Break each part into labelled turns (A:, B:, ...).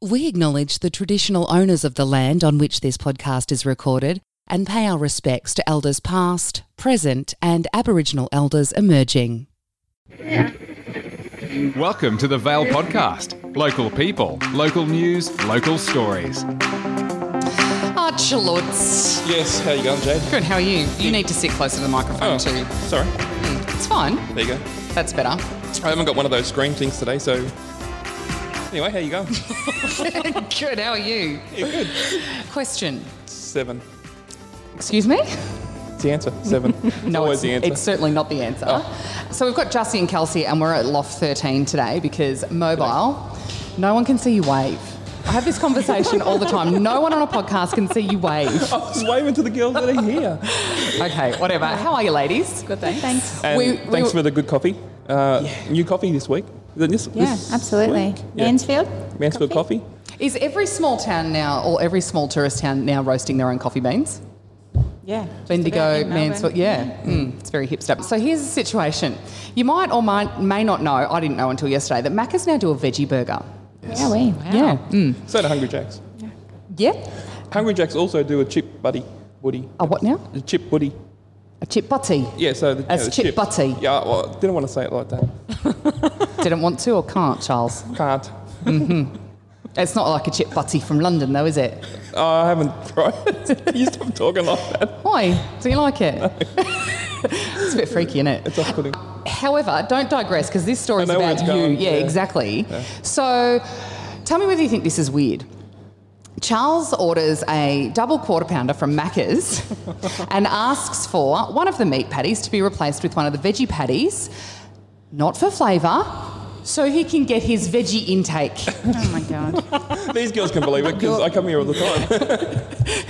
A: We acknowledge the traditional owners of the land on which this podcast is recorded and pay our respects to elders past, present, and Aboriginal elders emerging.
B: Welcome to the Vale Podcast. Local people, local news, local stories.
C: Ah, chaloots.
D: Yes, how you going, Jade?
C: Good, how are you? You need to sit closer to the microphone
D: Oh.
C: too.
D: sorry.
C: It's fine.
D: There you go.
C: That's better.
D: I haven't got one of those screen things today, so. Anyway, how you going?
C: Good, how are you?
D: good.
C: Question.
D: Seven.
C: Excuse me?
D: It's the answer. Seven.
C: No,
D: always
C: it's,
D: the answer. Oh.
C: it's certainly not the answer. So we've got Jussie and Kelsey, and we're at Loft 13 today because mobile, no one can see you wave. I have this conversation all the time. No one on a podcast can see you wave.
D: I was waving to the girls that are here.
C: Okay, whatever. How are you, ladies? Good, thanks. Thanks.
D: And thanks for the good coffee. Uh, New coffee this week. Is it This,
E: Yeah,
D: this
E: absolutely.
D: week? Yeah.
E: Mansfield.
D: Mansfield coffee.
C: Is every small town now, or every small tourist town now, roasting their own coffee beans?
E: Yeah.
C: Bendigo, Mansfield, yeah, Mm, it's very hipster. So here's the situation: you might or might may not know. I didn't know until yesterday that Macca's now do a veggie burger.
E: Yeah, we.
C: Yeah, Mm.
D: So do Hungry Jacks.
C: yeah.
D: Hungry Jacks also do a chip buddy, woody.
C: A what now?
D: A chip woody.
C: A chip butty.
D: Yeah, so the,
C: That's
D: yeah, the
C: chip buddy.
D: Yeah, well, I didn't want to say it like that.
C: Didn't want to or can't, Charles.
D: Can't.
C: It's not like a chip butty from London, though, is it?
D: Oh, I haven't tried it. you stop talking like that.
C: Why? Do you like it? it's a bit freaky, isn't it?
D: It's off-putting.
C: However, don't digress because this story is
D: I know where
C: about you.
D: it's going,
C: Yeah,
D: yeah.
C: exactly. So tell me whether you think this is weird. Charles orders a double quarter pounder from Macca's and asks for one of the meat patties to be replaced with one of the veggie patties, not for flavour, so he can get his veggie intake.
E: Oh my god.
D: These girls can believe it because I come here all the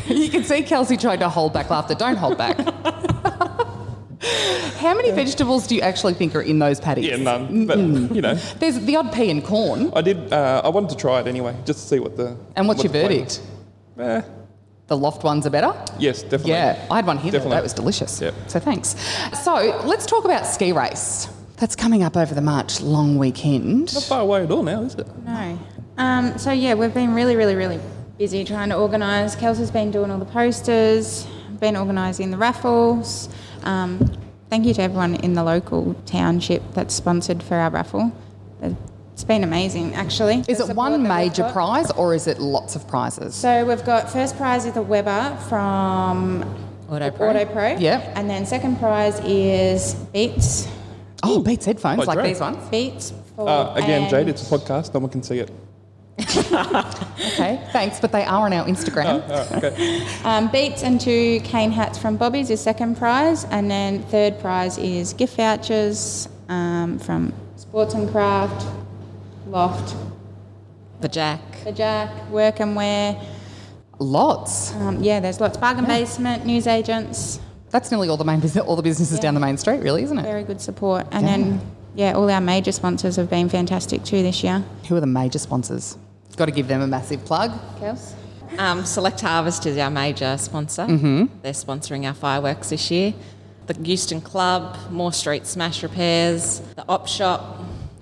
D: time.
C: you can see Kelsey tried to hold back laughter. Don't hold back. How many vegetables do you actually think are in those patties?
D: yeah, none. But you know,
C: There's the odd pea and corn.
D: I did. Uh, I wanted to try it anyway, just to see what the.
C: And what's
D: what
C: your
D: the flavour-
C: verdict?
D: Eh,
C: The loft ones are better?
D: yes, definitely.
C: Yeah, I had one here. the other day.
D: Definitely.
C: That was delicious.
D: Yep.
C: So thanks. So let's talk about ski race. That's coming up over the March long weekend.
D: Not far away at all now, is it?
E: No. Um, so yeah, we've been really, really, really busy trying to organise. Kelsey's been doing all the posters, been organising the raffles. Um, thank you to everyone in the local township that's sponsored for our raffle. It's been amazing, actually.
C: Is
E: the
C: it
E: support
C: one
E: that we've
C: major
E: got.
C: prize or is it lots of prizes?
E: So we've got first prize is a Weber from
C: Auto Pro.
E: Auto Pro.
C: Yep.
E: And then second prize is Beats.
C: Oh, Beats headphones
D: Like
C: like
D: Drake.
C: these ones.
E: Beats.
C: Oh,
E: For, um,
D: Uh, again,
E: and-
D: Jade, it's a podcast. No one can see it.
C: Okay, thanks. But they are on our Instagram.
D: All right, okay.
E: Um, beats and two cane hats from Bobby's is second prize, and then third prize is gift vouchers um, from Sports and Craft, Loft,
C: The Jack.
E: The Jack, Work and Wear.
C: Lots.
E: Um, yeah, there's lots. Bargain Basement, newsagents,
C: That's nearly all the main business, all the businesses down the main street, really, isn't it?
E: very good support. And then, yeah, all our major sponsors have been fantastic too this year.
C: Who are the major sponsors? Got to give them a massive plug.
E: Kels?
F: Um, Select Harvest is our major sponsor. They're sponsoring our fireworks this year. The Euston Club, Moore Street Smash Repairs, the Op Shop,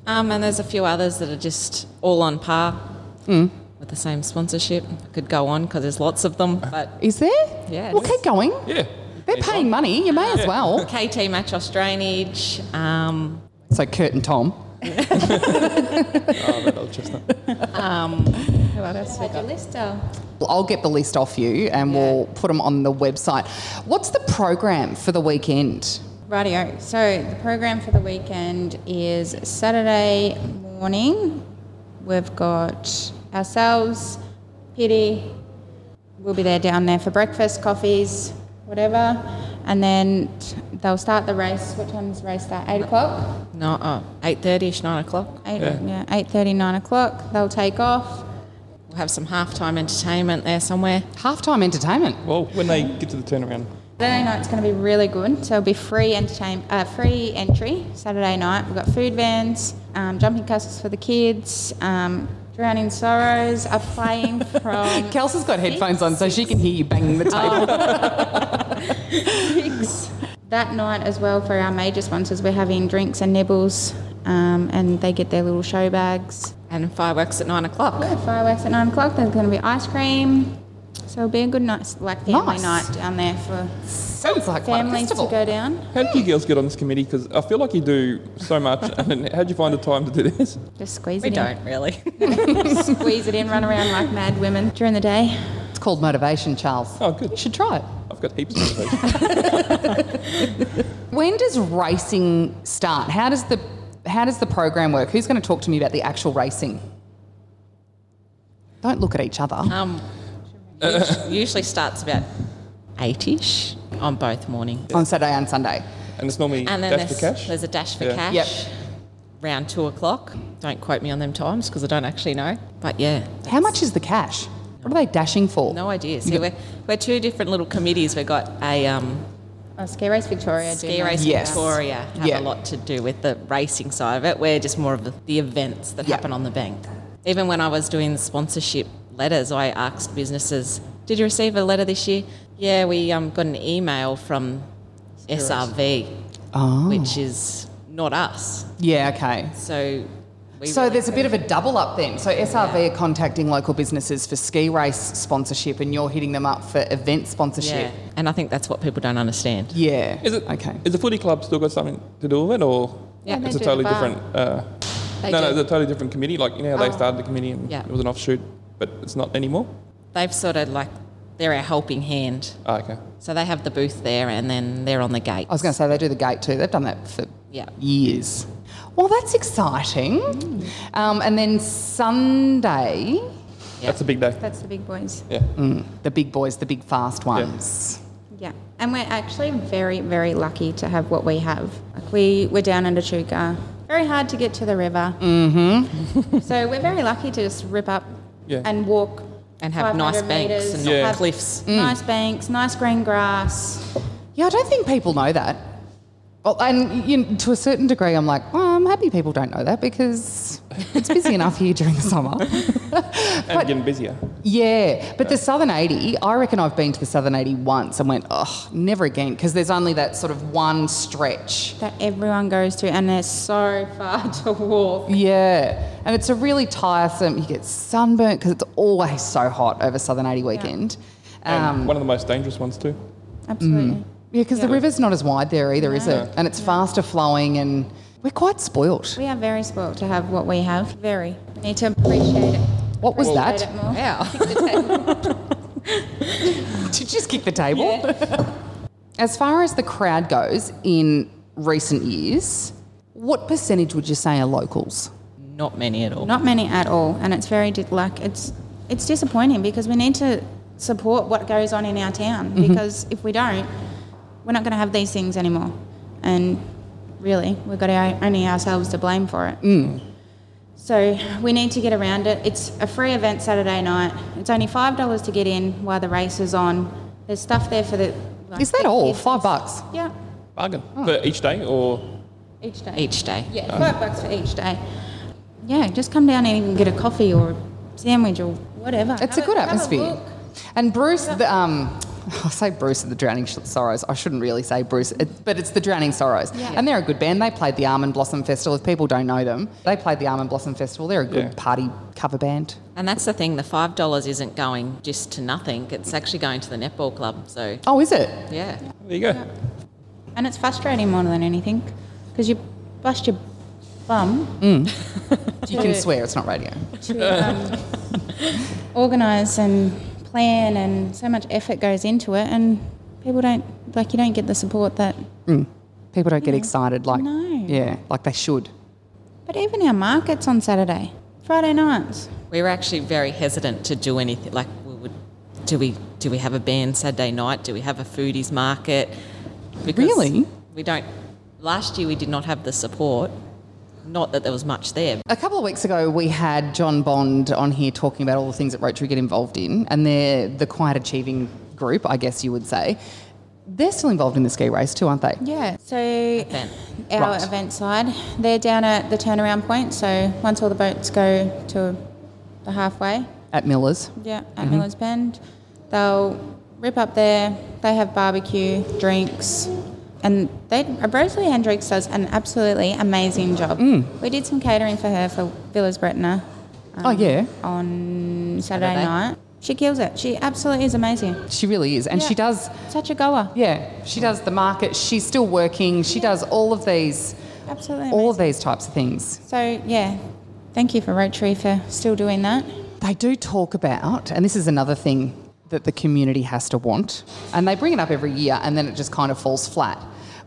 F: um, and there's a few others that are just all on par with the same sponsorship. I could go on because there's lots of them, but
C: Is there?
F: Yeah,
C: Well,
F: there's-
C: keep going.
D: Yeah.
C: They're paying money. You may as well.
F: KT Matros Drainage, um,
C: So Kurt and Tom.
D: Oh, that old chestnut.
E: Had your list, Del?
C: I'll get the list off you and we'll put them on the website. What's the program for the weekend?
E: Rightio. So the program for the weekend is Saturday morning. We've got ourselves, Pity. We'll be there down there for breakfast, coffees, whatever. And then t- they'll start the race. What time's the race start? Eight o'clock.
F: no, oh, 8.30ish, 9 o'clock.
E: Eight, yeah. Eight thirty, nine o'clock. They'll take off.
F: We'll have some halftime entertainment there somewhere.
C: Halftime entertainment.
D: Well, when they get to the turnaround,
E: Saturday night's going to be really good. So it'll be free entertain, uh, free entry Saturday night. We've got food vans, um, jumping castles for the kids, um, drowning sorrows are playing from
C: Kelsey's got headphones on so she can hear you banging the table.
E: six. That night as well for our major sponsors, we're having drinks and nibbles um, and they get their little show bags.
F: And fireworks at nine o'clock.
E: Yeah, fireworks at nine o'clock. There's going to be ice cream, so it'll be a good night, like family
C: Nice.
E: night down there for
C: Sounds like quite a
E: families to
C: festival.
E: go down.
D: How do you girls get on this committee? Because I feel like you do so much. and how'd you find the time to do this?
E: Just squeeze
F: We
E: it
F: don't really.
E: in, squeeze it in, run around like mad women during the day.
C: It's called motivation, Charles.
D: Oh, good.
C: You should try it.
D: I've got heaps of motivation.
C: When does racing start? How does the how does the program work? Who's going to talk to me about the actual racing? Don't look at each other.
F: Um,
D: Uh,
F: usu- usually starts about eight-ish on both morning.
C: On Saturday and Sunday.
D: And it's normally
F: And then
D: dash for
F: there's,
D: cash.
F: there's a dash for
D: Yeah.
F: cash.
C: Yep.
F: Round two o'clock. Don't quote me on them times because I don't actually know. But yeah,
C: How much is the cash? What are they dashing for?
F: no idea. See, we're, we're two different little committees. We've got a um,
E: Oh, Ski Race Victoria. do
F: Ski
E: know.
F: Race
C: Yes.
F: Victoria have
C: Yeah.
F: a lot to do with the racing side of it. We're just more of the, the events that
C: Yeah.
F: happen on the bank. Even when I was doing the sponsorship letters, I asked businesses, "Did you receive a letter this year?" Yeah, we um, got an email from SRV,
C: Oh.
F: which is not us.
C: Yeah, okay.
F: So, we
C: So
F: really-
C: there's a bit of a double up then. So SRV are contacting local businesses for ski race sponsorship and you're hitting them up for event
F: yeah,
C: sponsorship.
F: and I think that's what people don't understand.
C: Yeah.
D: Is it
C: okay.
D: Is the footy club still got something to do with it, or
E: Yeah, they
D: it's a
E: do the
D: totally
E: bar.
D: different? Uh,
F: They
D: no, no,
F: do.
D: it's a totally different committee. Like you know, how they started the committee and
F: Yeah.
D: it was an offshoot, but it's not anymore.
F: They've sort of like they're a helping hand.
D: Ah, okay.
F: So they have the booth there, and then they're on the gate.
C: I was going to say they do the gate too. They've done that for
F: Yeah.
C: years. Well, that's exciting. Um, and then Sunday,
D: That's a big day.
E: That's the big boys.
D: Yeah.
C: the big boys, the big fast ones.
E: Yeah, and we're actually very, very lucky to have what we have. Like we we're down in Echuca. Very hard to get to the river. Mm-hmm. so we're very lucky to just rip up
D: Yeah.
E: and walk
F: and have nice
E: 500
F: banks
E: metres,
F: and
D: Yeah.
F: not
D: have-
F: cliffs. Mm.
E: nice banks, nice green grass.
C: Yeah, I don't think people know that. Well, and you know, to a certain degree, I'm like, well, I'm happy people don't know that because it's busy enough here during the summer.
D: And getting busier.
C: Yeah, but the Southern 80, I reckon I've been to the Southern 80 once and went, oh, never again, because there's only that sort of one stretch.
E: That everyone goes to, and they're so far to
F: Mm.
E: walk.
C: Yeah, and it's a really tiresome. You get sunburnt because it's always so hot over Southern 80 weekend. Yeah,
D: And
C: um,
D: one of the most dangerous ones too.
E: Absolutely.
C: because the river's not as wide there either, is it?
D: No.
C: And it's faster flowing, and we're quite spoilt.
E: We are very spoilt to have what we have. Very. Need to appreciate it.
C: What was that?
E: Appreciate it more.
F: Wow.
C: Did you just kick the table? as far as the crowd goes in recent years, what percentage would you say are locals?
F: Not many at all.
E: Not many at all, and it's very di- like it's it's disappointing because we need to support what goes on in our town
C: Mm-hmm.
E: because if we don't, we're not going to have these things anymore, and really we've got our, only ourselves to blame for it.
C: Mm.
E: So we need to get around it. It's a free event Saturday night. It's only five dollars to get in while the race is on. There's stuff there for the. like,
C: Is that
E: the
C: all?
E: kids.
C: Five bucks?
E: Yeah,
D: Bargain for each day, or
E: each day.
F: Each day.
E: Yeah, five bucks for each day. Yeah, just come down and even get a coffee or a sandwich or whatever.
C: It's
E: Have
C: a good
E: have
C: atmosphere.
E: look.
C: And Bruce, the, um, I say Bruce of the Drowning Sh- Sorrows. I shouldn't really say Bruce, it, but it's the Drowning Sorrows. And they're a good band. They played the Almond Blossom Festival. If people don't know them, they played the Almond Blossom Festival. They're a good
D: Yeah.
C: party cover band.
F: And that's the thing, the $5 isn't going just to nothing. It's actually going to the netball club. So,
C: Oh, is it?
F: yeah.
D: there you go.
E: And it's frustrating more than anything because you bust your bum
C: You can swear it's not radio.
E: to um, organise and plan, and so much effort goes into it, and people don't like you don't get the support that.
C: People don't get excited like,
E: No.
C: yeah, like they should.
E: But even our markets on Saturday, Friday nights.
F: We were actually very hesitant to do anything. Like, we would, do we do we have a band Saturday night? Do we have a foodies market? Because
C: Really?
F: We don't. Last year, we did not have the support. Not that there was much there.
C: A couple of weeks ago, we had John Bond on here talking about all the things that Rotary get involved in, and they're the Quiet Achieving group, I guess you would say. They're still involved in the ski race too, aren't they?
E: Yeah. So our
C: Right.
E: event side, they're down at the turnaround point. So once all the boats go to the halfway,
C: At Miller's.
E: yeah, at Miller's Bend, they'll rip up there. They have barbecue, drinks, and they, Rosalie Hendricks does an absolutely amazing job. We did some catering for her for Villas Bretna.
C: Oh,
E: Um,
C: yeah.
E: On Saturday,
F: Saturday.
E: night. She kills it. She absolutely is amazing.
C: She really is. And she
E: Yeah.
C: does,
E: Such a goer.
C: yeah, she does the market. She's still working. She does all of these,
E: Absolutely.
C: all of
E: amazing.
C: these types of things.
E: So, yeah, thank you for Rotary for still doing that.
C: They do talk about, and this is another thing that the community has to want, and they bring it up every year and then it just kind of falls flat.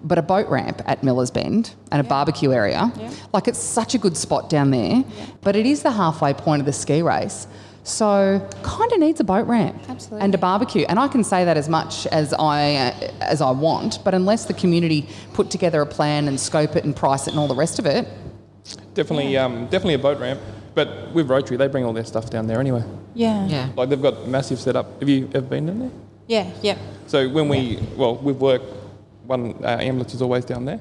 C: But a boat ramp at Miller's Bend and a barbecue area, like it's such a good spot down there, but it is the halfway point of the ski race. So kind of needs a boat ramp and a
E: Absolutely.
C: barbecue, and I can say that as much as I as I want. But unless the community put together a plan and scope it and price it and all the rest of it,
D: Definitely, um, definitely a boat ramp. But with Rotary, they bring all their stuff down there anyway.
E: Yeah.
F: Yeah.
D: Like they've got massive setup. Have you ever been down there?
E: Yeah, yeah.
D: So when we, well, we've worked, one uh, ambulance is always down there.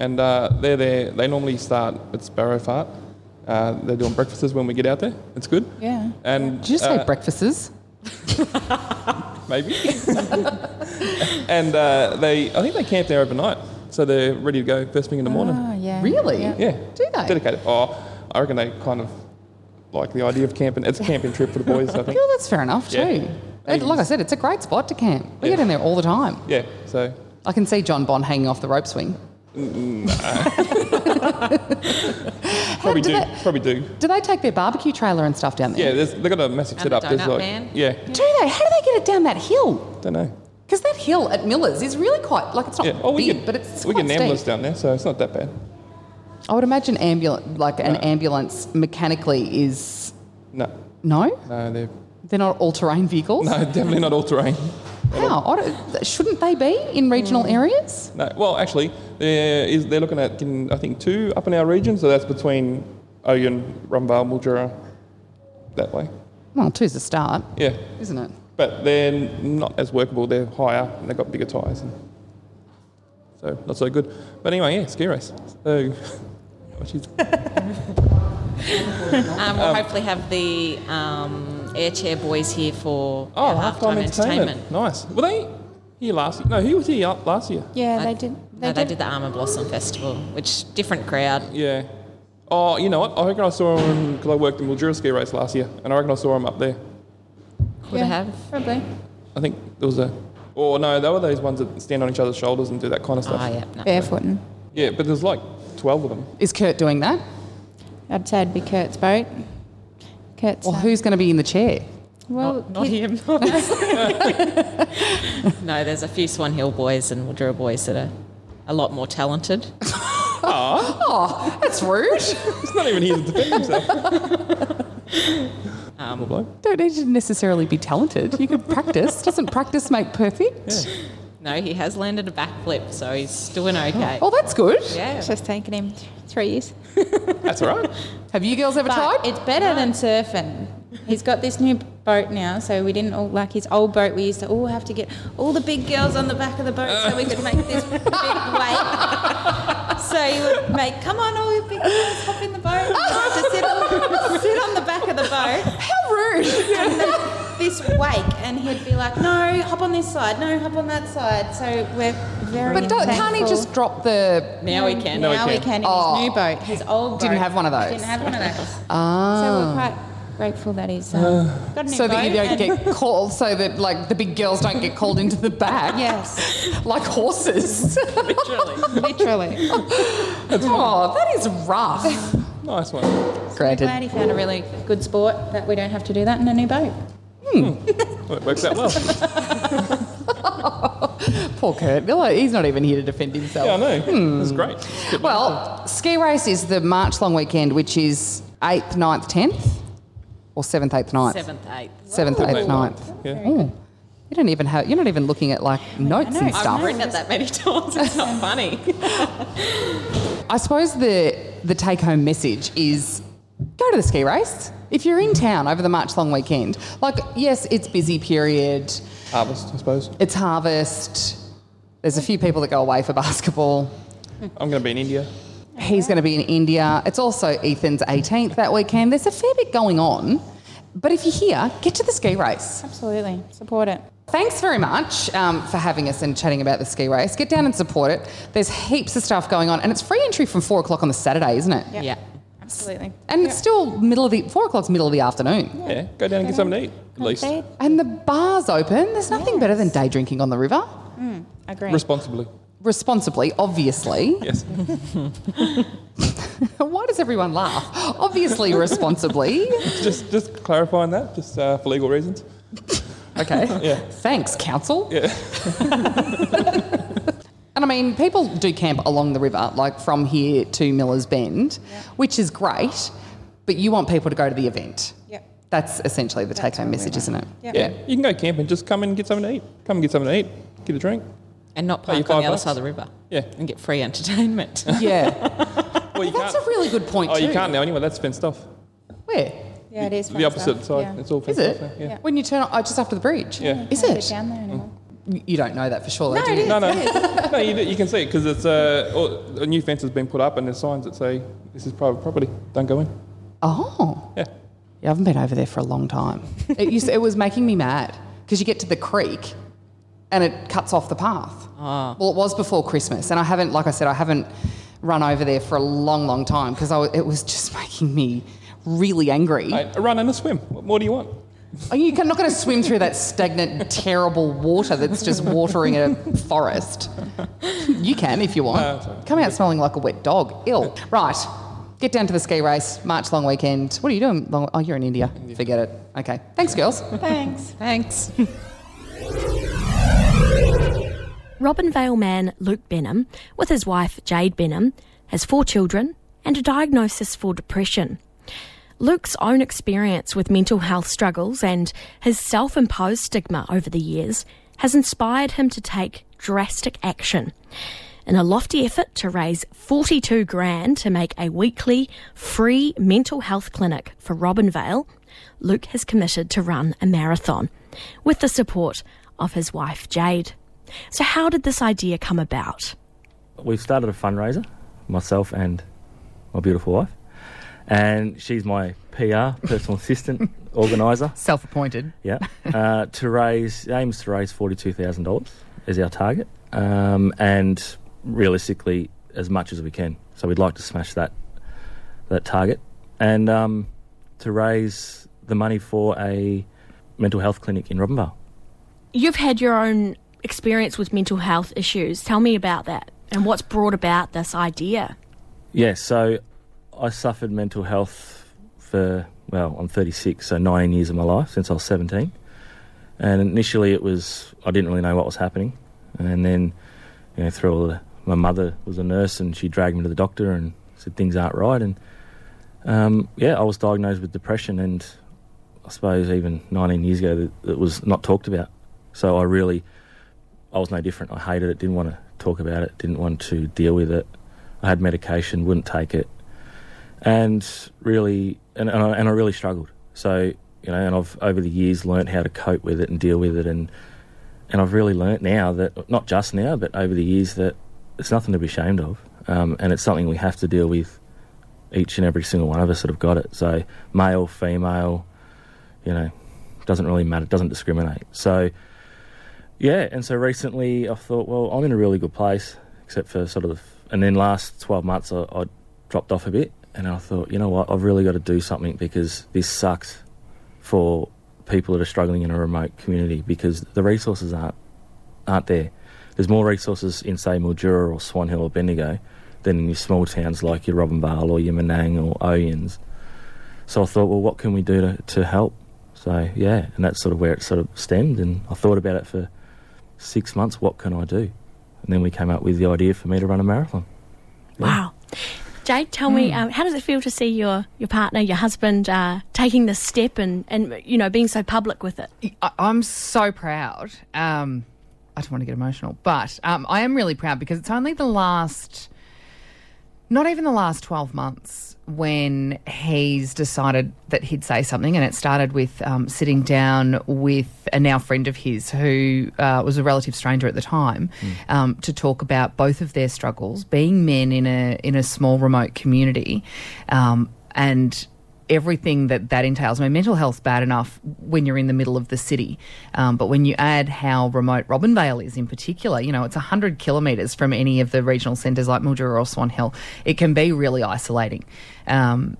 D: And uh, they're there, they normally start at Sparrow Fart. Uh, they're doing breakfasts when we get out there. It's good.
E: Yeah.
D: And
C: did you say
D: uh,
C: breakfasts?
D: maybe. and uh, they, I think they camp there overnight, so they're ready to go first thing in the morning.
E: Oh, yeah.
C: Really?
E: Yeah.
D: Yeah.
C: Do they?
D: Dedicated. Oh, I reckon they kind of like the idea of camping. It's a camping trip for the boys, I think.
C: Yeah, well, oh, that's fair enough too.
D: Yeah.
C: And like I said, it's a great spot to camp. We
D: Yeah.
C: get in there all the time.
D: Yeah. So
C: I can see John Bond hanging off the rope swing.
D: Mm, probably
C: do
D: do.
C: they-
D: Probably do.
C: Do they take their barbecue trailer and stuff down
D: Yeah.
C: there?
D: There's, they've got a massive
F: And the
D: setup. there's
F: donut
D: like,
F: man.
D: yeah.
C: Do they? How do they get it down that hill?
D: Don't know.
C: Because that hill at Miller's is really quite like it's not
D: Yeah. Oh, we
C: big,
D: get
C: but it's
D: we
C: quite
D: get an ambulance
C: steep.
D: down there, so it's not that bad.
C: I would imagine ambulance like an
D: No.
C: ambulance mechanically is
D: No.
C: no,
D: No, they're
C: they're not all terrain vehicles.
D: no, definitely not all terrain.
C: How I don't- shouldn't they be in regional
D: Mm.
C: areas?
D: No. Well, actually, there is. They're looking at getting, I think two up in our region. So that's between Ogun, Rumvale, Mildura, that way.
C: Well, two's a start,
D: Yeah.
C: isn't it?
D: But they're not as workable. They're higher and they've got bigger tyres. And so not so good. But anyway, yeah, ski race. So, oh, she's,
F: Um, we'll hopefully have the um, air chair boys here for
D: oh,
F: our
D: halftime entertainment. Nice. Were they here last year? No, who was here la- last year?
E: Yeah, they
F: I-
E: did. They
F: no,
E: did.
F: they did the Armour Blossom Festival, which different crowd.
D: Yeah. Oh, you know what? I reckon I saw him because I worked in Mildura ski race last year, and I reckon I saw him up there.
F: Would
E: yeah,
F: have.
E: Probably.
D: I think there was a. Oh no, they were those ones that stand on each other's shoulders and do that kind of stuff.
F: Oh, yeah. No.
E: Barefooting.
D: Yeah, but there's like twelve of them.
C: Is Kurt doing that,
E: I'd say it'd be Kurt's boat. Kurt's.
C: or
E: uh,
C: who's going to be in the chair?
E: well,
F: Not, not
E: you-
F: him. no, there's a few Swan Hill boys and Mildura boys that are a lot more talented.
C: Oh, that's rude.
D: He's not even here to defend himself. Probably.
C: don't need to necessarily be talented. You could practice. Doesn't practice make perfect?
F: No, he has landed a backflip, so he's doing okay.
C: Oh, that's good.
F: Yeah.
E: It's just taken him th- three years.
D: That's all right.
C: Have you girls ever
E: But
C: tried?
E: it's better than surfing. He's got this new boat now, so we didn't all like his old boat. We used to all have to get all the big girls on the back of the boat so we could make this big wave. So you would make, come on, all you big girls, hop in the boat. You have to sit on, sit on the back of the boat
C: How rude.
E: and then this wake, and he'd be like, no, hop on this side, no, hop on that side. So we're very.
C: But don't, can't he
E: thankful.
C: just drop the?
F: Now he can.
D: No,
E: now
D: he
E: we
D: can.
E: can in
C: Oh.
E: his new boat, his old boat.
C: Didn't have one of those. Ah.
E: Didn't have one of those. So we're quite grateful that he's um, got a new
C: So that you
E: boat
C: don't
E: and-
C: get called, so that like the big girls don't get called into the back.
E: Yes,
C: Like horses.
E: literally.
C: oh, that is rough.
D: Nice one.
E: Glad
C: Granted.
E: he found a really good sport that we don't have to do that in a new boat.
D: Well, it works out well.
C: Poor Kurt Miller. He's not even here to defend himself.
D: Yeah, I know. That's great.
C: Well, ski race is the March long weekend, which is 8th, 9th, 10th? Or 7th, 8th, 9th?
F: Seventh, eighth.
C: Seventh, eighth, ninth.
D: Yeah.
C: Ooh. You don't even have. You're not even looking at like notes
E: know.
C: and
E: I've
C: stuff.
F: I've written it that many times. It's not funny.
C: I suppose the the take home message is go to the ski race if you're in town over the March long weekend. Like, yes, it's busy period.
D: Harvest, I suppose.
C: It's harvest. There's a few people that go away for basketball.
D: I'm going to be in India.
C: He's going to be in India. It's also Ethan's 18th that weekend. There's a fair bit going on. But if you're here, get to the ski race.
E: Absolutely, support it.
C: Thanks very much um, for having us and chatting about the ski race. Get down and support it. There's heaps of stuff going on, and it's free entry from four o'clock on the Saturday, isn't it?
F: Yeah.
E: Absolutely.
C: And it's still middle of the four o'clock's middle of the afternoon.
D: Yeah, go down and get something to eat, at least.
E: They
C: And the bar's open. There's nothing better than day drinking on the river.
E: agree.
D: Responsibly.
C: Responsibly, obviously.
D: Yes.
C: Why does everyone laugh? Obviously, responsibly.
D: just just clarifying that, just uh, for legal reasons.
C: Okay.
D: Yeah.
C: Thanks, council. Yeah. and I mean, people do camp along the river, like from here to Miller's Bend, which is great, but you want people to go to the event.
E: Yep.
C: That's essentially the take home message, isn't it?
E: Yep.
D: Yeah. You can go camping, just come and get something to eat. Come and get something to eat, get a drink.
F: And not
D: Oh, you
F: park
D: five
F: on the other
D: bucks?
F: side of the river.
D: Yeah.
F: And get free entertainment.
C: Yeah.
D: Well, you
C: That's
D: can't.
C: a really good point,
D: oh,
C: too.
D: you can't now anyway, that's fenced off.
C: Where?
E: Yeah, it is.
D: The opposite side,
E: Yeah.
D: it's all
C: Is
D: fenced
C: it?
D: off now. Yeah.
C: When you turn oh, just after the bridge.
D: Yeah.
C: Is
E: Can't get
C: it? Mm.
E: down there anymore.
C: You don't know that for sure, though,
E: No,
C: do
E: it
C: you?
E: is.
D: No, no,
E: it is.
D: no. You, you can see it because it's uh, all- a new fence has been put up, and there's signs that say this is private property. Don't go in.
C: Oh.
D: Yeah.
C: Yeah, I haven't been over there for a long time. It, used it was making me mad because you get to the creek and it cuts off the path. Well, it was before Christmas, and I haven't, like I said, I haven't run over there for a long, long time because it was just making me really angry.
D: Mate, a run and a swim. What more do you want?
C: Oh, You're not going to swim through that stagnant, terrible water that's just watering a forest. You can if you want. Come out smelling like a wet dog. Ill. Right. Get down to the ski race. March long weekend. What are you doing? Long- oh, you're in India. Forget it. Okay. Thanks, girls.
E: Thanks.
F: Thanks.
G: Robin Vale man Luke Benham, with his wife Jade Benham, has four children and a diagnosis for depression. Luke's own experience with mental health struggles and his self imposed stigma over the years has inspired him to take drastic action. In a lofty effort to raise 42 grand to make a weekly free mental health clinic for Robin Vale, Luke has committed to run a marathon with the support of his wife Jade. So, how did this idea come about?
H: We've started a fundraiser, myself and my beautiful wife, and she's my PR, personal assistant, organizer.
C: Self appointed.
H: Yeah, uh, to raise aims to raise forty two thousand dollars is our target, um, and realistically as much as we can. So we'd like to smash that that target, and um, to raise the money for a mental health clinic in Robinvale.
G: You've had your own experience with mental health issues. Tell me about that and what's brought about this idea.
H: Yeah, so I suffered mental health for, well, I'm 36, so 19 years of my life since I was 17. And initially it was, I didn't really know what was happening. And then, you know, through all the, my mother was a nurse and she dragged me to the doctor and said things aren't right. And um, yeah, I was diagnosed with depression and I suppose even 19 years ago that it was not talked about. So I really, I was no different. I hated it, didn't want to talk about it, didn't want to deal with it. I had medication, wouldn't take it, and really, and, and, I, and I really struggled. So you know, and I've over the years learnt how to cope with it and deal with it, and and I've really learnt now that not just now, but over the years that it's nothing to be ashamed of, um, and it's something we have to deal with. Each and every single one of us that have got it. So male, female, you know, doesn't really matter. Doesn't discriminate. So yeah, and so recently I thought, well, I'm in a really good place, except for sort of. The, f- and then last 12 months I, I dropped off a bit, and I thought, you know what, I've really got to do something because this sucks for people that are struggling in a remote community because the resources aren't aren't there. There's more resources in say Mildura or Swan Hill or Bendigo than in your small towns like your Robin Vale or your Menang or Oyens. So I thought, well, what can we do to, to help? So yeah, and that's sort of where it sort of stemmed, and I thought about it for six months, what can I do? And then we came up with the idea for me to run a marathon.
G: Wow. Jade, tell me, um, how does it feel to see your, your partner, your husband, uh, taking this step and, and, you know, being so public with it?
C: I, I'm so proud. Um, I don't want to get emotional, but um, I am really proud because it's only the last, not even the last 12 months when he's decided that he'd say something. And it started with um, sitting down with a now friend of his who uh, was a relative stranger at the time um, to talk about both of their struggles being men in a, in a small remote community. Um, and everything that that entails. I mean, mental health's bad enough when you're in the middle of the city, um, but when you add how remote Robin Vale is in particular, you know, it's 100 kilometres from any of the regional centres like Mildura or Swan Hill, it can be really isolating. Um,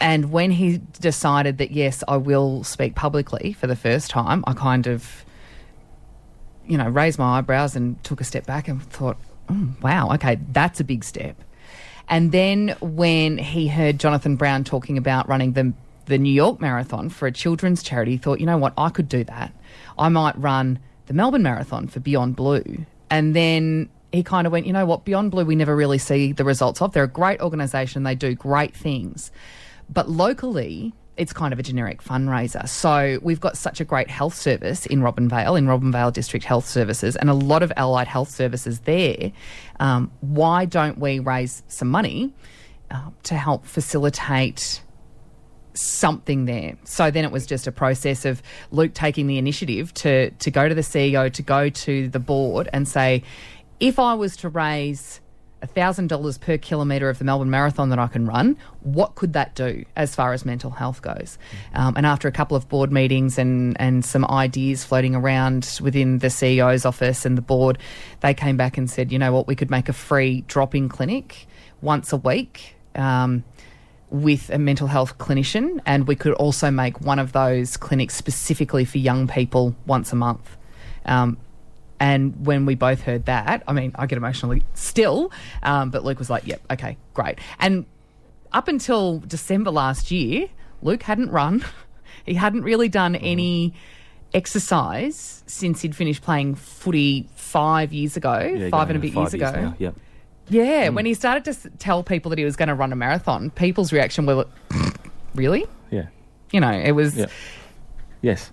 C: and when he decided that, yes, I will speak publicly for the first time, I kind of you know, raised my eyebrows and took a step back and thought, "Mm, wow, okay, that's a big step. And then when he heard Jonathan Brown talking about running the, the New York Marathon for a children's charity, he thought, you know what, I could do that. I might run the Melbourne Marathon for Beyond Blue. And then he kind of went, you know what, Beyond Blue, we never really see the results of. They're a great organisation, they do great things. But locally, it's kind of a generic fundraiser. So we've got such a great health service in Robin Vale, in Robin Vale District Health Services, and a lot of allied health services there. Um, why don't we raise some money uh, to help facilitate something there? So then it was just a process of Luke taking the initiative to to go to the CEO, to go to the board, and say, if I was to raise $1,000 per kilometre of the Melbourne Marathon that I can run, what could that do as far as mental health goes? Um, and after a couple of board meetings and, and some ideas floating around within the CEO's office and the board, they came back and said, you know what, we could make a free drop in clinic once a week. Um, with a mental health clinician, and we could also make one of those clinics specifically for young people once a month. Um, and when we both heard that, I mean, I get emotionally still, um, but Luke was like, yep, okay, great. And up until December last year, Luke hadn't run, he hadn't really done
H: Mm-hmm.
C: any exercise since he'd finished playing footy five years ago,
H: Yeah,
C: five and a
H: going on
C: bit
H: five
C: years ago.
H: now, Yep.
C: Yeah, when he started to s- tell people that he was going to run a marathon, people's reaction were, really?
H: Yeah.
C: You know, it was.
H: Yeah. Yes.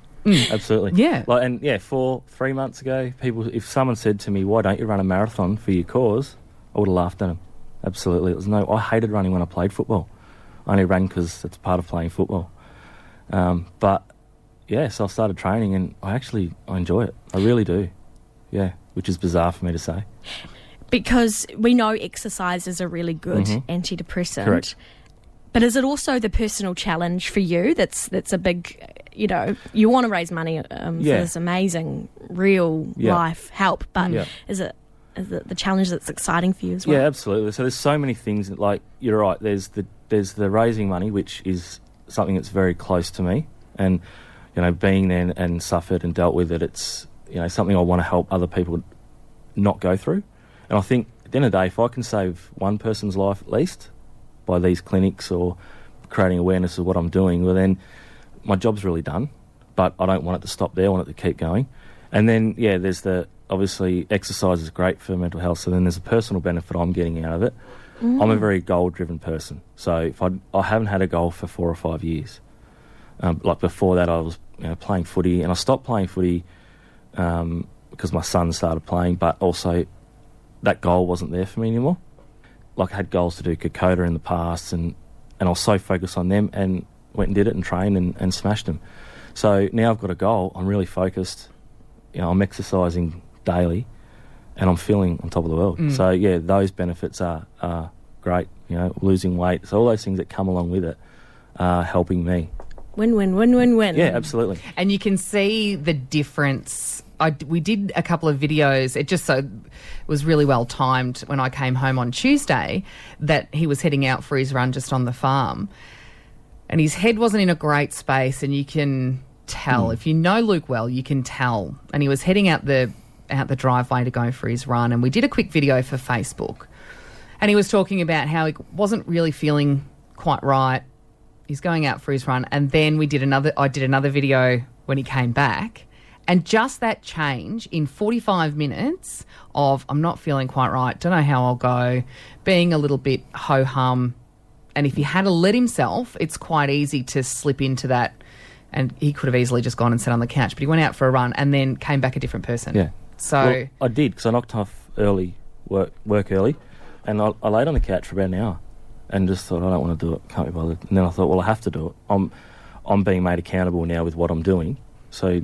H: Absolutely.
C: Mm. Yeah.
H: Like, and yeah, four, three months ago, people, if someone said to me, "Why don't you run a marathon for your cause?" I would have laughed at them. Absolutely, it was no. I hated running when I played football. I only ran because it's part of playing football. Um, but yeah, so I started training, and I actually I enjoy it. I really do. Yeah, which is bizarre for me to say.
G: because we know exercise is a really good antidepressant.
H: Mm-hmm. Correct.
G: But is it also the personal challenge for you? That's that's a big, you know, you want to raise money um,
H: Yeah.
G: for this amazing real
H: Yeah.
G: life help, but
H: Yeah.
G: is it is it the challenge that's exciting for you as well?
H: Yeah, absolutely. So there's so many things. That, like you're right. There's the there's the raising money, which is something that's very close to me, and you know, being there and, and suffered and dealt with it. It's you know something I want to help other people not go through. And I think at the end of the day, if I can save one person's life at least by these clinics or creating awareness of what I'm doing, well then my job's really done, but I don't want it to stop there. I want it to keep going. And then, yeah, there's the obviously exercise is great for mental health. So then there's a personal benefit I'm getting out of it. I'm a very goal driven person. So if I, I haven't had a goal for four or five years. Um, like before that, I was you know, playing footy and I stopped playing footy um, because my son started playing, but also that goal wasn't there for me anymore. Like I had goals to do Kokoda in the past, and and I was so focused on them, and went and did it, and trained, and, and smashed them. So now I've got a goal. I'm really focused. You know, I'm exercising daily, and I'm feeling on top of the world. So yeah, those benefits are are great. You know, losing weight, so all those things that come along with it are helping me.
G: Win win win win win.
H: Yeah, absolutely.
C: and you can see the difference. I, we did a couple of videos. It just so was really well timed when I came home on Tuesday that he was heading out for his run just on the farm, and his head wasn't in a great space. And you can tell if you know Luke well, you can tell. And he was heading out the out the driveway to go for his run, and we did a quick video for Facebook, and he was talking about how he wasn't really feeling quite right he's going out for his run and then we did another i did another video when he came back and just that change in 45 minutes of i'm not feeling quite right don't know how i'll go being a little bit ho-hum and if he had to let himself it's quite easy to slip into that and he could have easily just gone and sat on the couch but he went out for a run and then came back a different person
H: Yeah.
C: so
H: Well, I did because I knocked off early, work work early, and I, I laid on the couch for about an hour, and just thought I don't want to do it, can't be bothered. And then I thought, well, I have to do it. I'm I'm being made accountable now with what I'm doing, so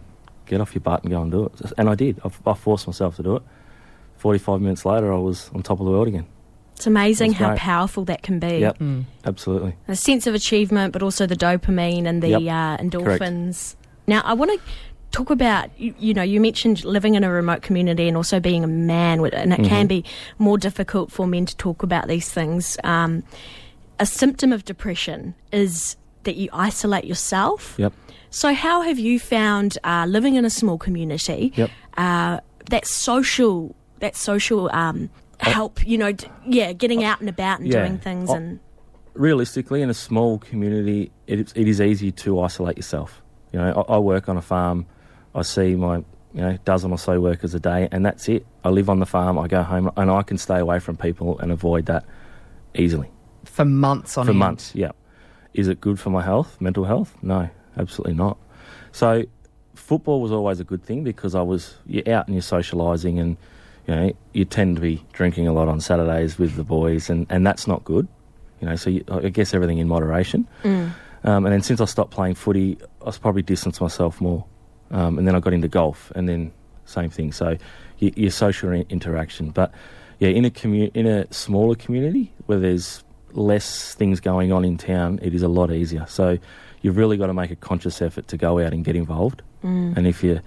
H: get off your butt and go and do it. And I did. I, I forced myself to do it. Forty five minutes later, I was on top of the world again.
G: It's amazing
H: That's
G: how
H: right.
G: powerful that can be.
H: Yep, absolutely.
G: A sense of achievement, but also the dopamine and the
H: Yep.
G: uh, endorphins. Now, I want to talk about you, you know you mentioned living in a remote community and also being a man, wh- and it
H: Mm-hmm.
G: can be more difficult for men to talk about these things. Um, a symptom of depression is that you isolate yourself.
H: Yep.
G: So, how have you found uh, living in a small community?
H: Yep.
G: Uh, that social, that social um, help, you know, d- yeah, getting out and about and
H: Oh. yeah.
G: doing things,
H: Oh.
G: and
H: realistically, in a small community, it, is- it is easy to isolate yourself. You know, I, I work on a farm. I see my you know dozen or so workers a day, and that's it. I live on the farm. I go home, and I can stay away from people and avoid that easily
C: for months on
H: for
C: end.
H: months. Yeah, is it good for my health, mental health? No, absolutely not. So, football was always a good thing because I was you're out and you're socialising, and you know you tend to be drinking a lot on Saturdays with the boys, and, and that's not good. You know, so you, I guess everything in moderation. Um, and then since I stopped playing footy, I was probably distanced myself more. Um, and then I got into golf, and then same thing. So your, your social in- interaction, but yeah, in a commu- in a smaller community where there's less things going on in town, it is a lot easier. So you've really got to make a conscious effort to go out and get involved. And if you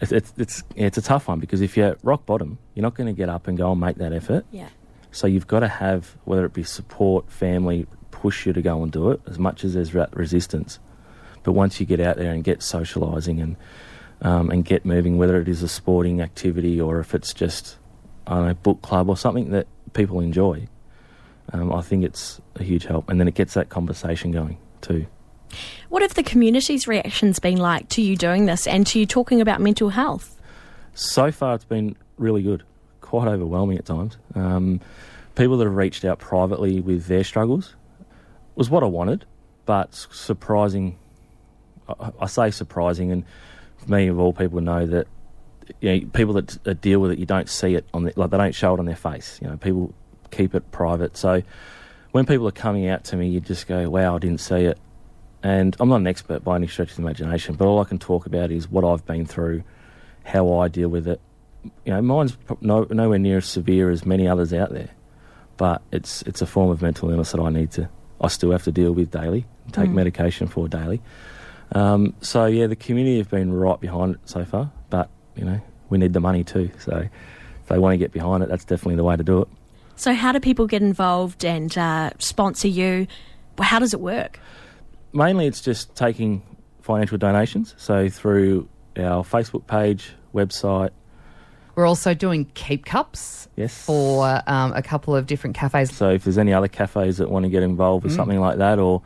H: it's it's it's, yeah, it's a tough one because if you're at rock bottom, you're not going to get up and go and make that effort.
G: yeah.
H: So you've got to have, whether it be support, family, push you to go and do it as much as there's re- resistance. But once you get out there and get socialising and um, and get moving, whether it is a sporting activity or if it's just I don't know book club or something that people enjoy, um, I think it's a huge help. And then it gets that conversation going too.
G: What have the community's reactions been like to you doing this and to you talking about mental health?
H: So far, it's been really good, quite overwhelming at times. Um, people that have reached out privately with their struggles was what I wanted, but s- surprising. I, I say surprising, and me of all people know that you know, people that, that deal with it, you don't see it on the, like they don't show it on their face. You know, people keep it private. So when people are coming out to me, you just go, "Wow, I didn't see it." And I'm not an expert by any stretch of the imagination, but all I can talk about is what I've been through, how I deal with it. You know, mine's pro- no, nowhere near as severe as many others out there, but it's it's a form of mental illness that I need to, I still have to deal with daily, take medication for daily. Um, so yeah, the community have been right behind it so far, but you know we need the money too. So if they want to get behind it, that's definitely the way to do it.
G: So, how do people get involved and uh, sponsor you? How does it work?
H: mainly it's just taking financial donations. So through our Facebook page, website.
C: We're also doing keep cups
H: Yes.
C: for um, a couple of different cafes.
H: So if there's any other cafes that want to get involved with something like that, or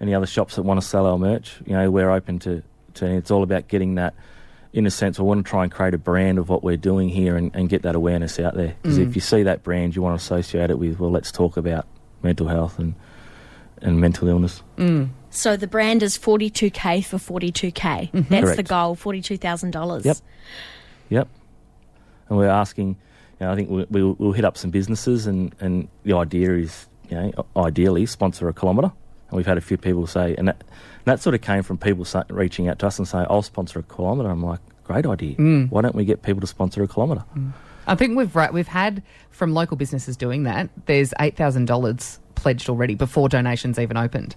H: any other shops that want to sell our merch, you know, we're open to. to it's all about getting that. In a sense, I want to try and create a brand of what we're doing here and, and get that awareness out there. Because if you see that brand, you want to associate it with, well, let's talk about mental health and and mental illness.
G: So, the brand is 42K for 42K. That's the
H: Mm-hmm. Correct.
G: goal $42,000.
H: Yep. Yep. And we're asking, you know, I think we, we'll, we'll hit up some businesses, and, and the idea is, you know, ideally sponsor a kilometre. And we've had a few people say, and that, and that sort of came from people sa- reaching out to us and saying, I'll sponsor a kilometre. I'm like, great idea. Why don't we get people to sponsor a kilometre?
C: I think we've ra- we've had from local businesses doing that. There's eight thousand dollars pledged already before donations even opened.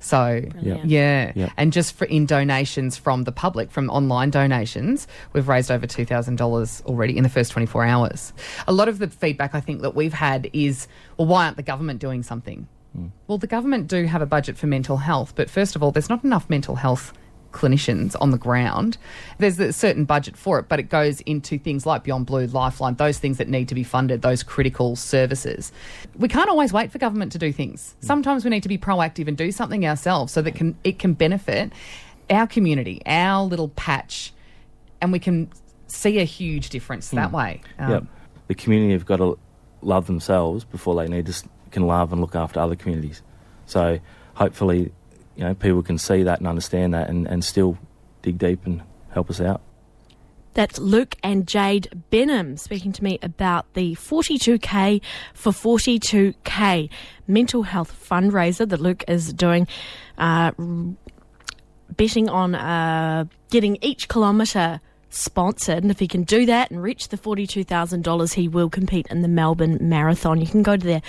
C: So
H: Yep.
C: yeah,
H: Hmm. Yep.
C: and just for in donations from the public, from online donations, we've raised over two thousand dollars already in the first twenty four hours. A lot of the feedback I think that we've had is, well, why aren't the government doing something?
H: Hmm.
C: Well, the government do have a budget for mental health, but first of all, there's not enough mental health clinicians on the ground. There's a certain budget for it, but it goes into things like Beyond Blue, Lifeline, those things that need to be funded, those critical services. We can't always wait for government to do things. Sometimes we need to be proactive and do something ourselves so that can it can benefit our community, our little patch, and we can see a huge difference that way. Um,
H: yep. The community have got to love themselves before they need to s- can love and look after other communities. So hopefully, you know, people can see that and understand that and, and still dig deep and help us out.
G: That's Luke and Jade Benham speaking to me about the 42K for 42K mental health fundraiser that Luke is doing, uh, r- betting on uh, getting each kilometre sponsored. And if he can do that and reach the $42,000, he will compete in the Melbourne Marathon. You can go to their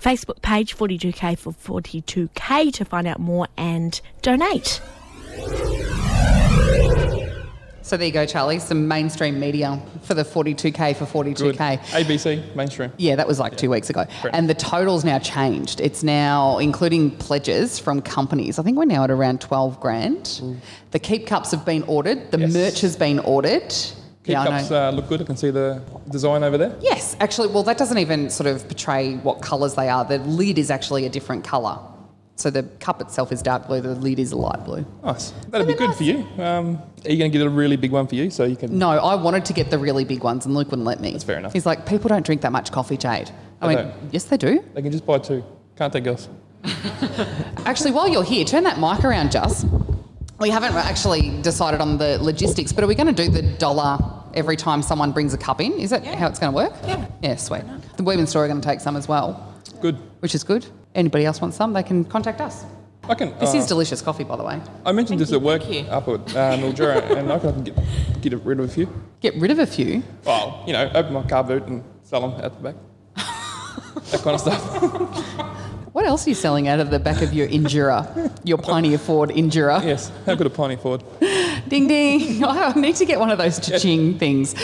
G: Facebook page, 42K for 42K, to find out more and donate.
C: So there you go, Charlie. Some mainstream media for the 42K for 42K.
D: Good. ABC, mainstream.
C: Yeah, that was like two weeks ago. And the total's now changed. It's now including pledges from companies. I think we're now at around 12 grand. The keep cups have been ordered, the
D: Mm. Yes.
C: merch has been ordered.
D: Keep
C: I
D: cups
C: know.
D: uh, look good. I can see the design over there.
C: Yes, actually, well, that doesn't even sort of portray what colours they are. The lid is actually a different colour. So the cup itself is dark blue, the lid is a light blue.
D: Nice. That'd be good for you. Um, are you going to get a really big one for you so you can?
C: No, I wanted to get the really big ones, and Luke wouldn't let me. That's
D: fair enough.
C: He's like, people don't drink that much coffee, Jade. I
D: They
C: went,
D: don't.
C: yes, they do.
D: They can just buy two. Can't take girls.
C: Actually, while you're here, turn that mic around, Just. We haven't actually decided on the logistics, but are we going to do the dollar every time someone brings a cup in? Is that how it's going to work? Yeah. Yeah, sweet. The women's store are going to take some as well,
D: Good.
C: which is good. Anybody else wants some? They can contact us.
D: I can.
C: This
D: uh,
C: is delicious coffee, by the way.
D: I mentioned this at work up at uh, Mildura, and I can get, get rid of a few.
C: Get rid of a few.
D: Well, you know, open my car boot and sell them at the back. that kind of stuff.
C: What else are you selling out of the back of your Endura, your Pioneer Ford Endura?
D: yes. How could a piney Ford?
C: Ding ding. I need to get one of those cha-ching things.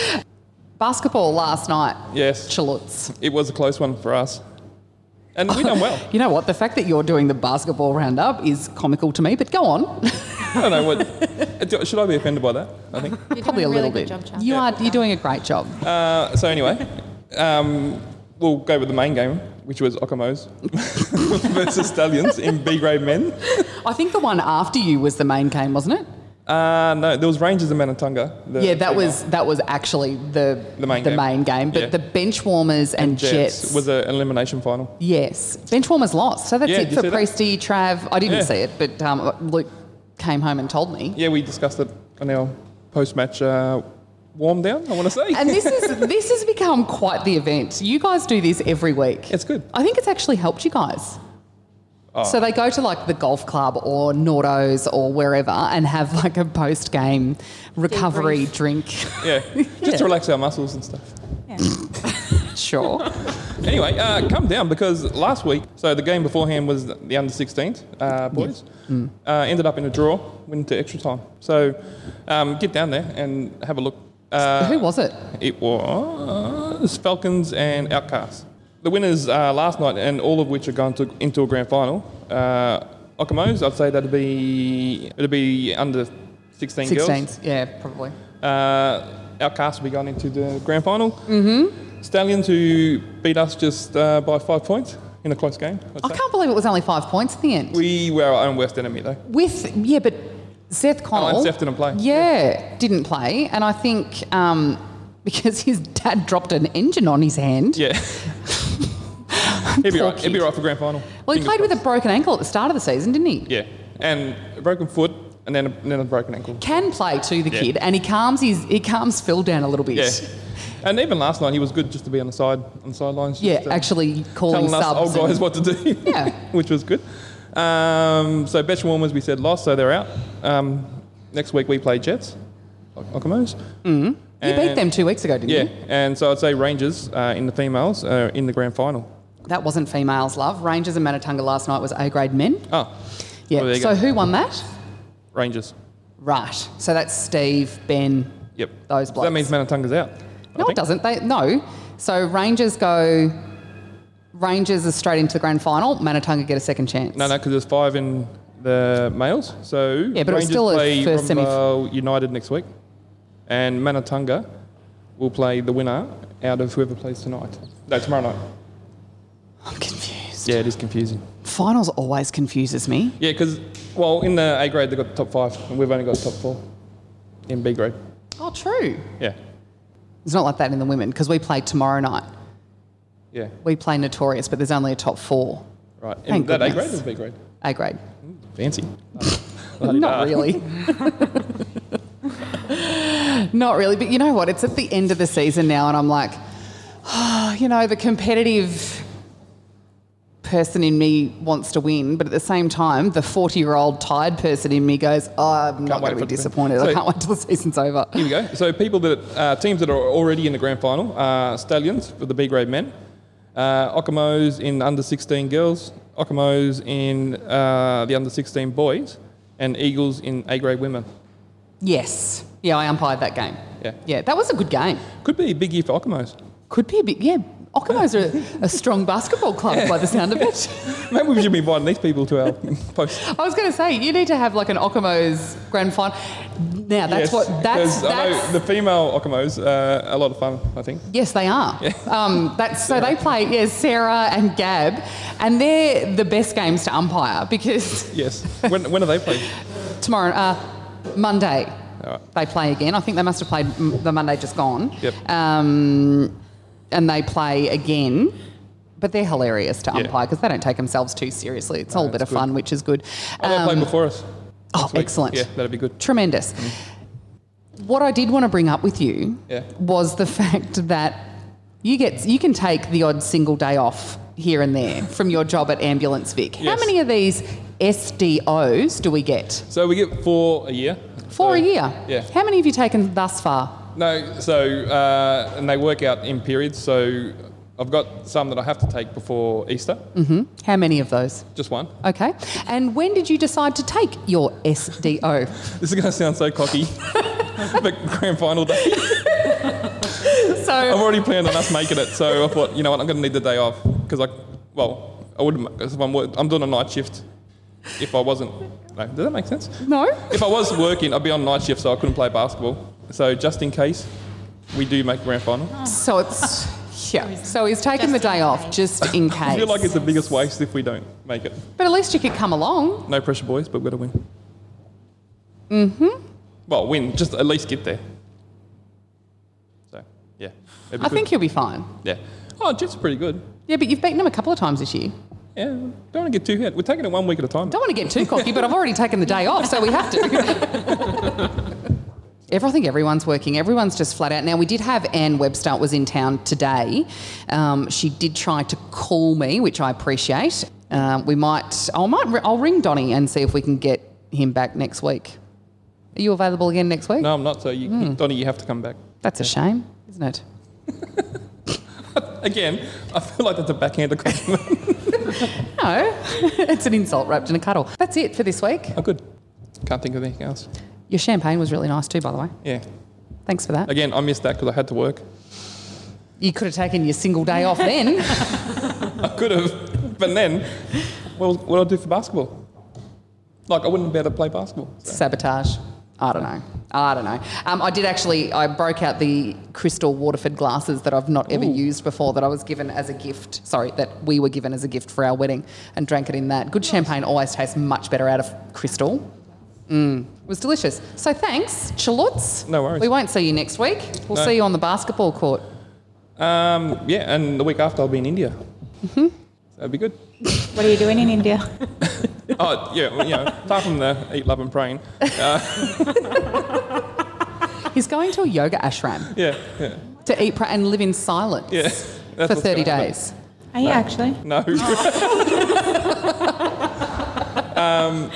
C: Basketball last night.
D: Yes.
C: Chaloots.
D: It was a close one for us, and we done well.
C: You know what? The fact that you're doing the basketball roundup is comical to me, but go on.
D: I don't know what. Should I be offended by that? I think.
E: You're
C: Probably
E: doing
C: a
E: really
C: little
E: good
C: bit.
E: job, Charlie.
C: you are you're doing a great job.
D: Uh, so anyway, um, we'll go with the main game, which was Okomo's versus Stallions in B grade men.
C: I think the one after you was the main game, wasn't it?
D: Uh, no, there was Rangers and Manatanga. the-
C: yeah, that was that was actually the
D: The main game.
C: game, But
D: Yeah.
C: the bench warmers and, Jets,
D: was an elimination final.
C: yes, bench warmers lost. So that's
D: Yeah,
C: it
D: did you
C: for
D: see
C: Priesty,
D: that?
C: Trav. I didn't
D: Yeah.
C: see it, but um, Luke came home and told me.
D: Yeah, we discussed it on our post match uh, warm down. I want to say.
C: And this is this has become quite the event. You guys do this every week.
D: It's good.
C: I think it's actually helped you guys.
D: Oh.
C: So they go to like the golf club or Nordo's or wherever and have like a post game recovery drink.
D: yeah, just to relax our muscles and stuff.
C: sure.
D: Anyway, uh, come down because last week, so the game beforehand was the under 16s uh, boys.
C: Mm.
D: Uh, ended up in a draw, went into extra time. So um, get down there and have a look. Uh,
C: Who was it?
D: It was Falcons and Outcasts. The winners uh, last night, and all of which are going to, into a grand final. Uh, Okomo's, I'd say that'd be it'd be under 16 girls.
C: 16s. Yeah, probably.
D: Uh, Outcasts will be going into the grand final. Mm-hmm. Stallions, who beat us just uh, by five points in a close game. I'd
C: I
D: say.
C: can't believe it was only five points at the end.
D: We were our own worst enemy, though.
C: With yeah, but Seth Connell.
D: Oh, Seth didn't play.
C: Yeah, didn't play, and I think um, because his dad dropped an engine on his hand.
D: Yeah. he'd, be
C: Poor
D: right, he'd be
C: kid.
D: right for grand final.
C: Well, he
D: Fingers
C: played with a
D: crossed.
C: broken ankle at the start of the season, didn't he?
D: Yeah, and a broken foot, and then a, and then a broken ankle.
C: Can play to the
D: Yeah.
C: kid, and he calms his he calms Phil down a little bit.
D: Yeah. And even last night, he was good just to be on the side on the sidelines.
C: Yeah,
D: just, uh,
C: actually calling
D: telling us
C: subs.
D: old guys
C: and-
D: what to do.
C: Yeah.
D: which was good. Um, so bench warmers, we said lost, so they're out. Um, next week we play Jets, Okomos. Mm-hmm.
C: you beat them two weeks ago, didn't
D: Yeah,
C: you?
D: and so I'd say Rangers uh, in the females uh, in the grand final.
C: That wasn't females, love. Rangers and Manatanga last night was A grade men.
D: Oh,
C: Yeah.
D: Oh, there you
C: so
D: go.
C: who won that?
D: Rangers.
C: Right. So that's Steve, Ben.
D: Yep.
C: Those
D: So that means Manatunga's out. I
C: No, it
D: think.
C: doesn't. They no. So Rangers go. Rangers are straight into the grand final. Manatanga get a second chance.
D: No, no, because there's five in the males. So
C: Yeah, but it was
D: Rangers
C: still a
D: play
C: first semi-
D: Rundle United next week, and Manatunga will play the winner out of whoever plays tonight. No, tomorrow night.
C: I'm confused.
D: Yeah, it is confusing.
C: Finals always confuses me.
D: Yeah, because well, in the A grade they got the top five, and we've only got top four in B grade.
C: Oh, true.
D: Yeah,
C: It's not like that in the women because we play tomorrow night.
D: yeah,
C: We play Notorious, but there's only a top four.
D: right. In
C: Thank
D: that
C: goodness.
D: A grade or B grade?
C: A grade.
D: Fancy.
C: Not really. Not really. But you know what? It's at the end of the "Ah, season now, and I'm like, oh, you know, the competitive person in me wants to win, but at the same time, the 40 year old tired person in me goes, oh, I'm not
D: wait
C: going to be
D: for it to be-
C: disappointed. I
D: So-
C: can't wait till the season's over.
D: Here we go. So people that uh, teams that are already in the grand final are Stallions for the B grade men, uh, Okamos in under 16 girls, Okamos in uh, the under 16 boys, and Eagles in A grade women.
C: Yes. Yeah, I umpired that game.
D: Yeah.
C: Yeah, that was a good game.
D: Could be a big year for Okamos.
C: Could be a bit, yeah. Ockamos are a, a strong basketball club by the sound of it.
D: Maybe we should be inviting these people to our post.
C: I was going to say, you need to have like an Ockamos grand final. Now, that's
D: Yes,
C: what, that's,
D: 'cause I know
C: that's
D: the female Okamos uh, a lot of fun, I think.
C: Yes, they are. Um, that's so they play. Yeah, Sarah and Gab, and they're the best games to umpire because
D: Yes. When, when are they playing?
C: tomorrow, uh, Monday,
D: Alright.
C: they play again. I think they must have played m- the Monday just gone.
D: Yep.
C: Um, and they play again. But they're hilarious to
D: Yeah.
C: umpire because they don't take themselves too seriously. It's all a bit of
D: that's good.
C: fun, which is good.
D: Oh, they
C: Um,
D: played before us.
C: oh,
D: next week.
C: excellent.
D: Yeah, that'd be good.
C: Tremendous. What I did want to bring up with you
D: Yeah.
C: was the fact that you get you can take the odd single day off here and there from your job at Ambulance Vic. How
D: Yes.
C: many of these SDOs do we get?
D: So we get four a year.
C: Four a
D: So-
C: year.
D: Uh, Yeah.
C: How many have you taken thus far?
D: No, so uh, and they work out in periods. So I've got some that I have to take before Easter,
C: How many of those?
D: just one.
C: Okay. And when did you decide to take your SDO?
D: This is going to sound so cocky, but grand final day. I've
C: so
D: already planned on us making it, so I thought, you know what, I'm going to need the day off because I, well, I wouldn't because I'm, wor- I'm doing a night shift. If I wasn't, no, does that make sense?
C: no.
D: If I was working, I'd be on night shift, so I couldn't play basketball. So just in case, we do make grand final.
C: So it's yeah. So he's taken the
E: Just
C: day
E: in
C: off
E: case.
C: just in
D: I
C: case.
D: feel like it's the biggest waste if we don't make it.
C: but at least you could come along.
D: No pressure, boys, but we've got to win. Mm-hmm.
C: Mm-hmm.
D: Well, win. Just at least get there. So, yeah. it'd be
C: I
D: good.
C: think you'll be fine.
D: Yeah. Oh, Jets are pretty good.
C: Yeah, but you've beaten them a couple of times this year.
D: Yeah. Don't want to get too hit. We're taking it one week at a time.
C: Don't want to get too cocky, but I've already taken the day off, so we have to. Ever- I think everyone's working. Everyone's just flat out. Now, we did have Anne Webster was in town today. Um, she did try to call me, which I appreciate. Um, we might, I might, ri- I'll ring Donnie and see if we can get him back next week. Are you available again next week?
D: No, I'm not. So, you,
C: Mm.
D: Donnie, you have to come back.
C: That's a shame, isn't it?
D: Again, I feel like that's a backhanded compliment.
C: No, it's an insult wrapped in a cuddle. That's it for this week.
D: oh, good. Can't think of anything else.
C: Your champagne was really nice too, by the way.
D: Yeah.
C: Thanks for that.
D: Again, I missed that because I had to work.
C: You could have taken your single day off then.
D: I could have, but then, well, what do I do for basketball? Like, I wouldn't be able to play basketball. so.
C: Sabotage. I don't know. I don't know. Um, I did actually. I broke out the crystal Waterford glasses that I've not ever used before that I was given as a gift. Sorry, that we were given as a gift for our wedding, and drank it in that. Good champagne always tastes much better out of crystal. Mm, it was delicious. So thanks, Chalutz.
D: No worries.
C: We won't see you next week. We'll
D: No.
C: see you on the basketball court.
D: Um, yeah, and the week after I'll be in India. That'd be good.
E: What are you doing in India?
D: Oh, yeah, well, you know, apart from the eat, love, and praying.
C: He's going to a yoga ashram
D: Yeah, yeah,
C: to eat pra- and live in silence
D: yeah. That's
C: for
D: what's
C: 30
D: gonna happen.
C: days.
E: Are you actually?
D: No. um, Um,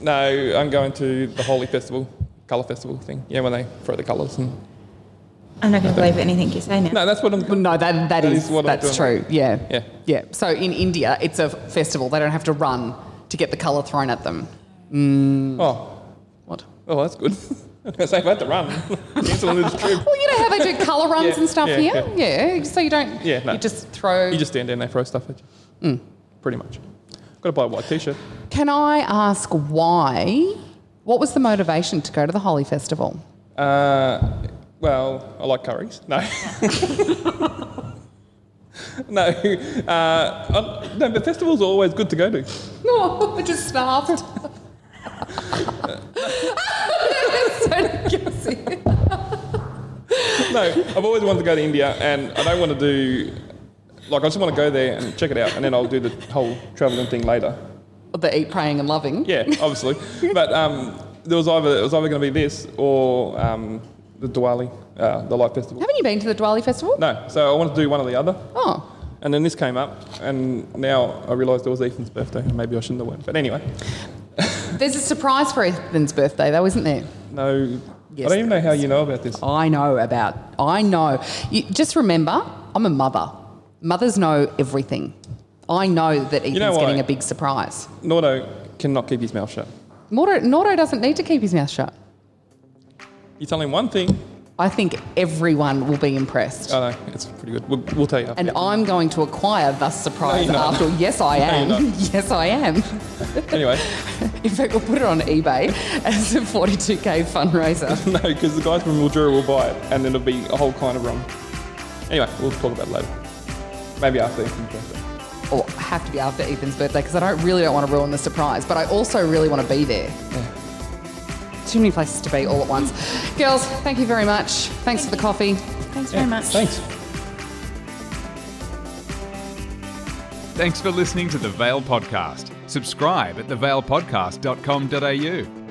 D: no, I'm going to the Holy Festival, Colour Festival thing. Yeah, when they throw the colours. And...
E: I'm not going to believe anything you say now.
D: No, that's what I'm.
C: Well, no, that,
D: That
C: is,
D: is what I'm
C: that's
D: doing.
C: true. Yeah.
D: Yeah.
C: Yeah. So in India, it's a festival. They don't have to run to get the colour thrown at them.
D: Oh,
C: What?
D: oh, that's good. I was gonna say, if I had to run, cancel this trip.
C: Well, you know how they do colour runs
D: Yeah,
C: and stuff
D: yeah,
C: here. Yeah. So you don't.
D: Yeah, no.
C: You just throw.
D: You just stand there and they throw stuff at you. Pretty much. Got to buy a white t-shirt.
C: Can I ask why? What was the motivation to go to the Holi Festival?
D: Uh, well, I like curries. No. no. Uh, I, no, but festivals are always good to go to.
C: No, Oh, I just starved.
D: No, I've always wanted to go to India and I don't want to do, like, I just want to go there and check it out and then I'll do the whole traveling thing later.
C: the eat, praying, and loving.
D: Yeah, obviously. but um, there was either, it was either going to be this or um, the Diwali, uh, the Light Festival.
C: Haven't you been to the Diwali Festival?
D: No, so I wanted to do one or the other.
C: Oh.
D: And then this came up, and now I realised it was Ethan's birthday, and maybe I shouldn't have went. But anyway,
C: There's a surprise for Ethan's birthday, though, isn't there?
D: no,
C: Yes,
D: I don't even know
C: there
D: how
C: is.
D: you know about this.
C: I know about. I know. You, just remember, I'm a mother. Mothers know everything. I know that Ethan's
D: know why?
C: getting a big surprise.
D: Nordo cannot keep his mouth shut.
C: Nordo, Nordo doesn't need to keep his mouth shut.
D: You tell him one thing,
C: I think everyone will be impressed.
D: oh no, it's pretty good. We'll, we'll tell you. After.
C: and I'm going to acquire the surprise
D: No, you're not.
C: after. Yes, I
D: No,
C: am.
D: you're
C: yes, I am.
D: anyway,
C: In fact, we'll put it on eBay as a 42k fundraiser.
D: no, because the guys from Mildura will buy it, and then it'll be a whole kind of rum. Anyway, we'll talk about it later. Maybe after Ethan's birthday.
C: or have to be after Ethan's birthday because I don't really don't want to ruin the surprise, but I also really want to be there. Too many places to be all at once. Girls, thank you very much. Thanks for the coffee.
E: Thanks very much.
D: Thanks.
B: Thanks for listening to the Vale Podcast. Subscribe at thevalepodcast.com.au